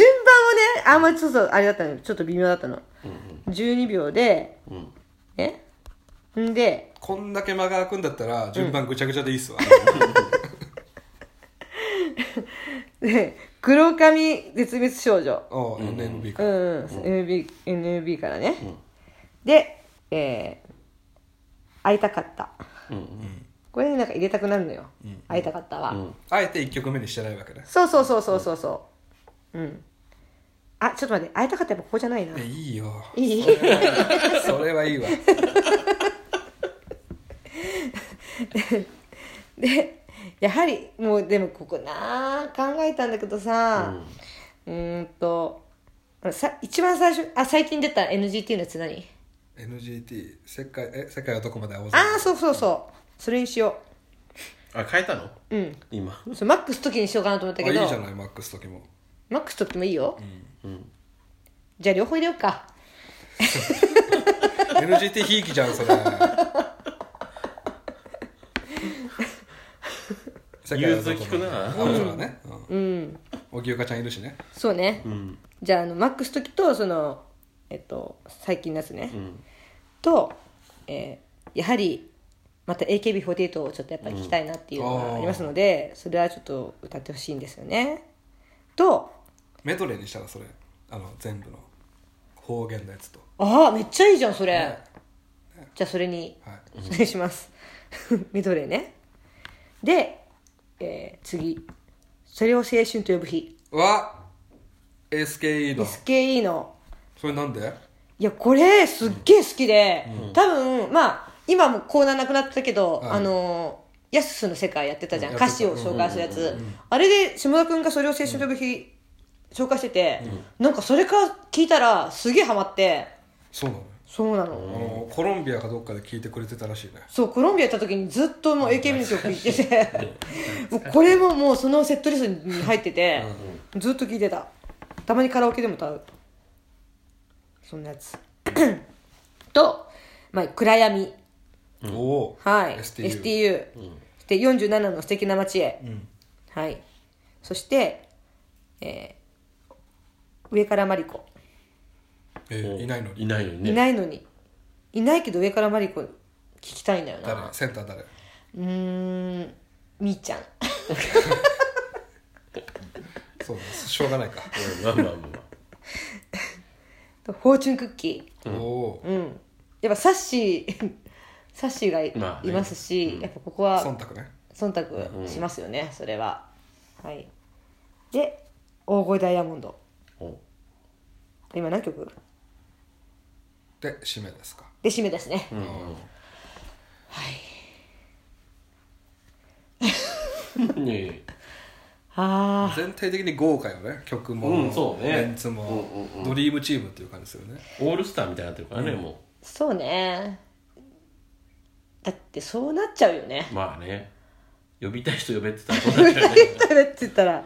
Speaker 1: あんまりちょっとあれだったのよちょっと微妙だったの。12秒で、
Speaker 3: ん
Speaker 1: えんで、
Speaker 2: こんだけ間が空くんだったら順番ぐちゃぐちゃでいいっすわ、
Speaker 1: で黒髪絶滅少女。
Speaker 2: おう NMB か
Speaker 1: う
Speaker 2: ら、
Speaker 1: ん、うん、NB, NB からね、で、えー会いたかった、これなんか入れたくなるのよ、会いたかったは、
Speaker 2: あえて1曲目にしてないわけね
Speaker 1: そうそうそうそうそうそううんあちょっと待って会いたかったやっぱここじゃないな、
Speaker 2: えいいよ
Speaker 1: いい
Speaker 2: それはいいわ
Speaker 1: でやはりもうでもここなあ考えたんだけどさうーんとさ一番最初あ最近出た NGT のやつ何
Speaker 2: NGT 世界え世界はどこまで青空
Speaker 1: ああそうそうそうそれにしよ
Speaker 3: あ変えたの
Speaker 1: ううん
Speaker 3: 今
Speaker 1: それマックス時にしようかなと思ったけど
Speaker 2: あいいじゃないマックス時も
Speaker 1: マックスとってもいいよ、じゃあ両方入れようか
Speaker 2: NGT ひいきじゃんそれ世界はどこまで
Speaker 3: 融通きくな
Speaker 2: 青空ねうん荻岡ちゃんいるしね
Speaker 1: そうね、じゃああのマックス時とそのえっと最近のやつね、と、えーやはりまた AKB48 をちょっとやっぱり聞きたいなっていうのがありますので、それはちょっと歌ってほしいんですよねと
Speaker 2: メドレーにしたらそれあの全部の方言のやつと
Speaker 1: ああめっちゃいいじゃんそれ、じゃあそれに、
Speaker 2: はい
Speaker 1: お願いします。 メドレーね。で、えー次。それを青春と呼ぶ日。
Speaker 2: は SKE の
Speaker 1: SKE の。
Speaker 2: それなんで
Speaker 1: いや、これ、すっげえ好きで、多分、まあ、今もコーナーなくなったけど、
Speaker 2: はい
Speaker 1: あのー、やすすの世界やってたじゃん。
Speaker 2: うん
Speaker 1: 歌詞を紹介するやつ。あれで、下田くんがそれを青春と呼ぶ日、紹介してて、なんかそれから聞いたら、すげえハマって、
Speaker 2: そうなの
Speaker 1: そうなの。
Speaker 2: あのコロンビアかどっかで聞いてくれてたらしいね
Speaker 1: そうコロンビア行った時にずっともう AKB の曲聴いてて もうこれももうそのセットリストに入っててずっと聴いてたたまにカラオケでも歌うそんなやつと、まあ、暗闇
Speaker 2: おお
Speaker 1: はい
Speaker 2: STU,
Speaker 1: STU、で47の素敵な街へ、はいそして、えー上からマリコ。
Speaker 2: えーいないのに
Speaker 3: いないのにね
Speaker 1: いないのに。いないけど上からマリコ聞きたいんだよ
Speaker 2: 誰
Speaker 1: な。
Speaker 2: センター誰
Speaker 1: うーん、みーちゃん。
Speaker 2: そうなんですしょうがないか、
Speaker 3: うんまあまあまあま
Speaker 1: フ
Speaker 3: あ
Speaker 1: ォーチュンクッキ
Speaker 2: おお
Speaker 1: ー。うん。やっぱサッシー、 サッシーがい,、
Speaker 3: まあね
Speaker 1: いますし、やっぱここ
Speaker 2: 忖
Speaker 1: は
Speaker 2: 度ね
Speaker 1: 忖度しますよね、それは。はい。で、大声ダイヤモンド。
Speaker 3: お
Speaker 1: 今何曲
Speaker 2: で締めですか
Speaker 1: で締めですね、はい
Speaker 3: ねえ
Speaker 1: あ
Speaker 2: 全体的に豪華よね曲も、
Speaker 3: うんそうね
Speaker 2: メンツも、
Speaker 3: うんうんうん
Speaker 2: ドリームチームっていう感じですよね
Speaker 3: オールスターみたいになってるからね、も
Speaker 1: ーそうねだってそうなっちゃうよ ね
Speaker 3: うまあね呼びたい人呼べって言ったら そうなっちゃうね
Speaker 1: 誰って言ったら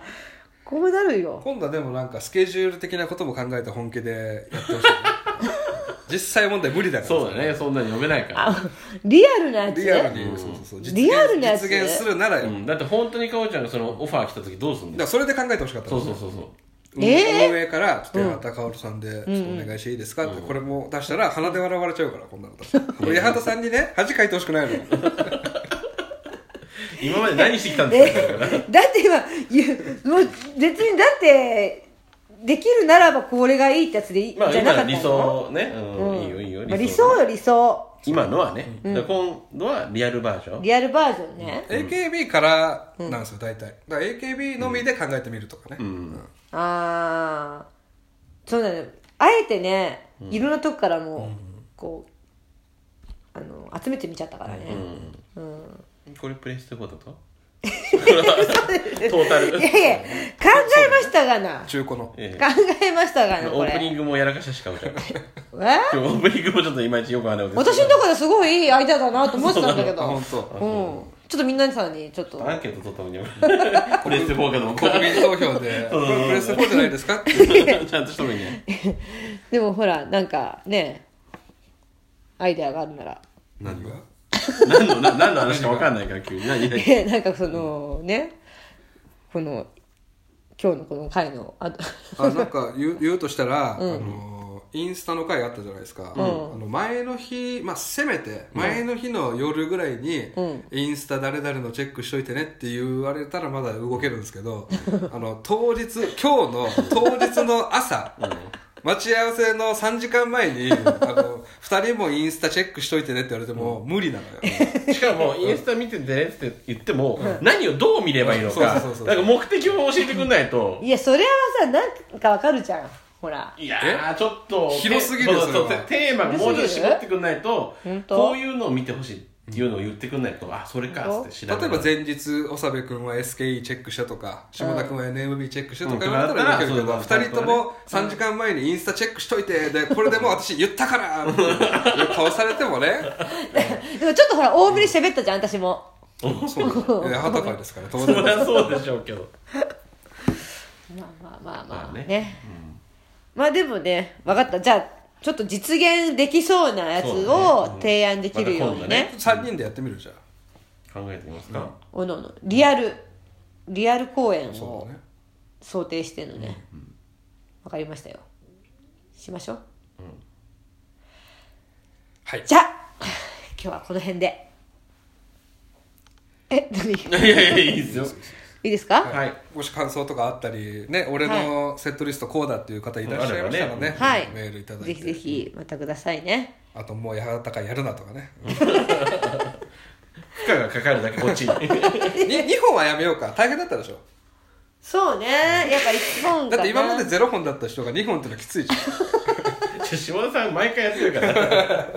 Speaker 1: こうなるよ
Speaker 2: 今度はでもなんかスケジュール的なことも考えて本気でやってほしい、ね、実際問題無理だから
Speaker 3: そうだねそんなに呼べないから、
Speaker 1: あリアルなやつ
Speaker 2: リアル
Speaker 1: ね
Speaker 2: に、そうそうそう実現
Speaker 1: リアルなやつ
Speaker 2: 実現するなら、
Speaker 3: う
Speaker 2: だか
Speaker 3: ん、だって本当にかおちゃんがそのオファー来た時どうすんの
Speaker 2: らそれで考えてほしかった
Speaker 3: そ
Speaker 2: の
Speaker 3: うそうそうそう
Speaker 2: 運
Speaker 1: えー
Speaker 2: 運営から「ちょっと八幡薫さんでちょっとお願いしていいですか?」ってこれも出したら鼻で笑われちゃうからこんなの出したら俺八幡さんにね恥かいてほしくないの
Speaker 3: 今まで何してきたんですか
Speaker 1: えだって今言うもう別にだってできるならばこれがいいってやつでいい、
Speaker 3: まあ
Speaker 1: じゃな
Speaker 3: 今
Speaker 1: かっ
Speaker 3: の
Speaker 1: た
Speaker 3: 理
Speaker 1: の
Speaker 3: 想ね、うん
Speaker 1: うん
Speaker 3: いいよいいよ
Speaker 1: まあ理想よ理想
Speaker 3: 今のはね、だから今度はリアルバージョン
Speaker 1: リアルバージョンね、
Speaker 2: AKB からなんですよ大体だから AKB のみで考えてみるとかね、うん
Speaker 1: ああそうだねあえてね、いろんなとこからもう、こうあの集めてみちゃったからね、
Speaker 3: これプレイしてこと とトータル
Speaker 1: いやいや考えましたがな考
Speaker 2: 中古の
Speaker 3: ええ
Speaker 1: えましたがなこ
Speaker 3: オープニ
Speaker 1: れ
Speaker 3: ングもやらかしたしかおちゃん今
Speaker 1: え
Speaker 3: 日オープニングもちょっといまいちよくあれ
Speaker 1: 私のところですごいいいアイデアだなと思ってたんだけ
Speaker 2: あ
Speaker 1: ど
Speaker 2: 本当。
Speaker 1: うんちょっとみんなさんにちょっと
Speaker 3: アンケート取ったのに俺プレイステ4かの
Speaker 2: 国民投票で「これプレス4じゃないですか?」って
Speaker 3: ちゃんとしたのにね
Speaker 1: でもほらなんかねアイデアがあるなら
Speaker 2: 何が
Speaker 3: 何のな何の話か分かんないから急に何何
Speaker 1: で なんかそのねこの今日のこの回のあと
Speaker 2: あなんか言う言うとしたら、あのインスタの回あったじゃないですか、あの前の日、まあ、せめて前の日の夜ぐらいに、インスタ誰々のチェックしといてねって言われたらまだ動けるんですけどあの当日今日の当日の朝、待ち合わせの3時間前にあの2人もインスタチェックしといてねって言われても、無理なのよ
Speaker 3: しかもインスタ見ててねって言っても、何をどう見ればいいのか
Speaker 2: そうそうそうそう
Speaker 3: なんか目的を教えてくんないと
Speaker 1: いやそれはさなんかわかるじゃんほら
Speaker 3: いやーちょっと
Speaker 2: 広すぎるよ
Speaker 3: そうそう
Speaker 2: それは
Speaker 3: テーマもうちょっと絞ってくんないと
Speaker 1: 本当
Speaker 3: こういうのを見てほしいっていうのを言ってくんないとあそれかっつって調
Speaker 2: 例
Speaker 3: べる
Speaker 2: えば前日長部君は SKE チェックしたとか下田君は NMB チェックしたとか
Speaker 3: うん
Speaker 2: 言われたらいいけど
Speaker 3: そうだ
Speaker 2: 2人とも3時間前にインスタチェックしといてでこれでもう私言ったからみたいな顔されてもね
Speaker 1: でもちょっとほら大振り喋ったじゃん私も
Speaker 2: そうだね旗からですから当
Speaker 3: そ
Speaker 2: 然
Speaker 3: りゃそうでしょうけど
Speaker 1: まあまあまあまあ
Speaker 3: まあ
Speaker 1: ね
Speaker 3: ね
Speaker 1: まあでもね分かったじゃあちょっと実現できそうなやつ
Speaker 3: そう
Speaker 1: を
Speaker 3: だね
Speaker 1: 提案できるようにね,、
Speaker 3: また今度
Speaker 2: 3
Speaker 3: ね
Speaker 2: 人でやってみるじゃん
Speaker 3: 考えてみますか、
Speaker 1: おのおのリアルリアル公演
Speaker 2: そう
Speaker 1: を
Speaker 2: だね
Speaker 1: 想定してのね分かりましたよしましょう
Speaker 2: はい
Speaker 1: じゃあ 今日はこの辺でえ何 い
Speaker 3: いやいやいやいいですよ
Speaker 1: いですか、
Speaker 3: はい
Speaker 2: もし感想とかあったりね俺のセットリストこうだっていう方いらっしゃいましたらね
Speaker 1: はい
Speaker 2: メールいただ
Speaker 1: ぜ
Speaker 2: い
Speaker 1: ひぜ
Speaker 2: て
Speaker 1: ひまたくださいね
Speaker 2: あともう八幡会やるなとかね
Speaker 3: 負荷がかかるだけこっち に
Speaker 2: 2本はやめようか大変だったでしょ
Speaker 1: そうねやっぱ一本かな
Speaker 2: だって今まで0本だった人が2本ってのはきついじゃん
Speaker 3: 下田さん毎回やってるから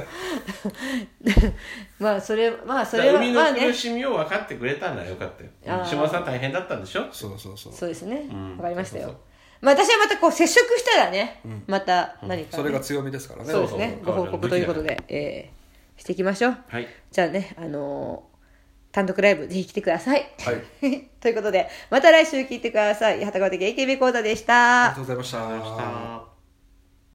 Speaker 1: まあそれまあそれは
Speaker 3: 海
Speaker 1: まあ
Speaker 3: の
Speaker 1: ね
Speaker 3: 苦しみを分かってくれたならよかったよ、
Speaker 1: あー
Speaker 3: 下田さん大変だったんでしょ
Speaker 2: そうそうそう
Speaker 1: そうですねわ、
Speaker 3: ん
Speaker 1: かりましたよ
Speaker 3: そうそう
Speaker 1: まあ私はまたこう接触したらね、また何かね、
Speaker 2: それが強みですからね
Speaker 1: そうですねご
Speaker 3: そうそう
Speaker 1: 報告ということで、えーしていきましょう
Speaker 3: はい
Speaker 1: じゃあねあのー単独ライブぜひ来てください、
Speaker 2: はい
Speaker 1: ということでまた来週聞いてください畑川的 AKB 講座でした
Speaker 2: ありがとうございました
Speaker 3: あー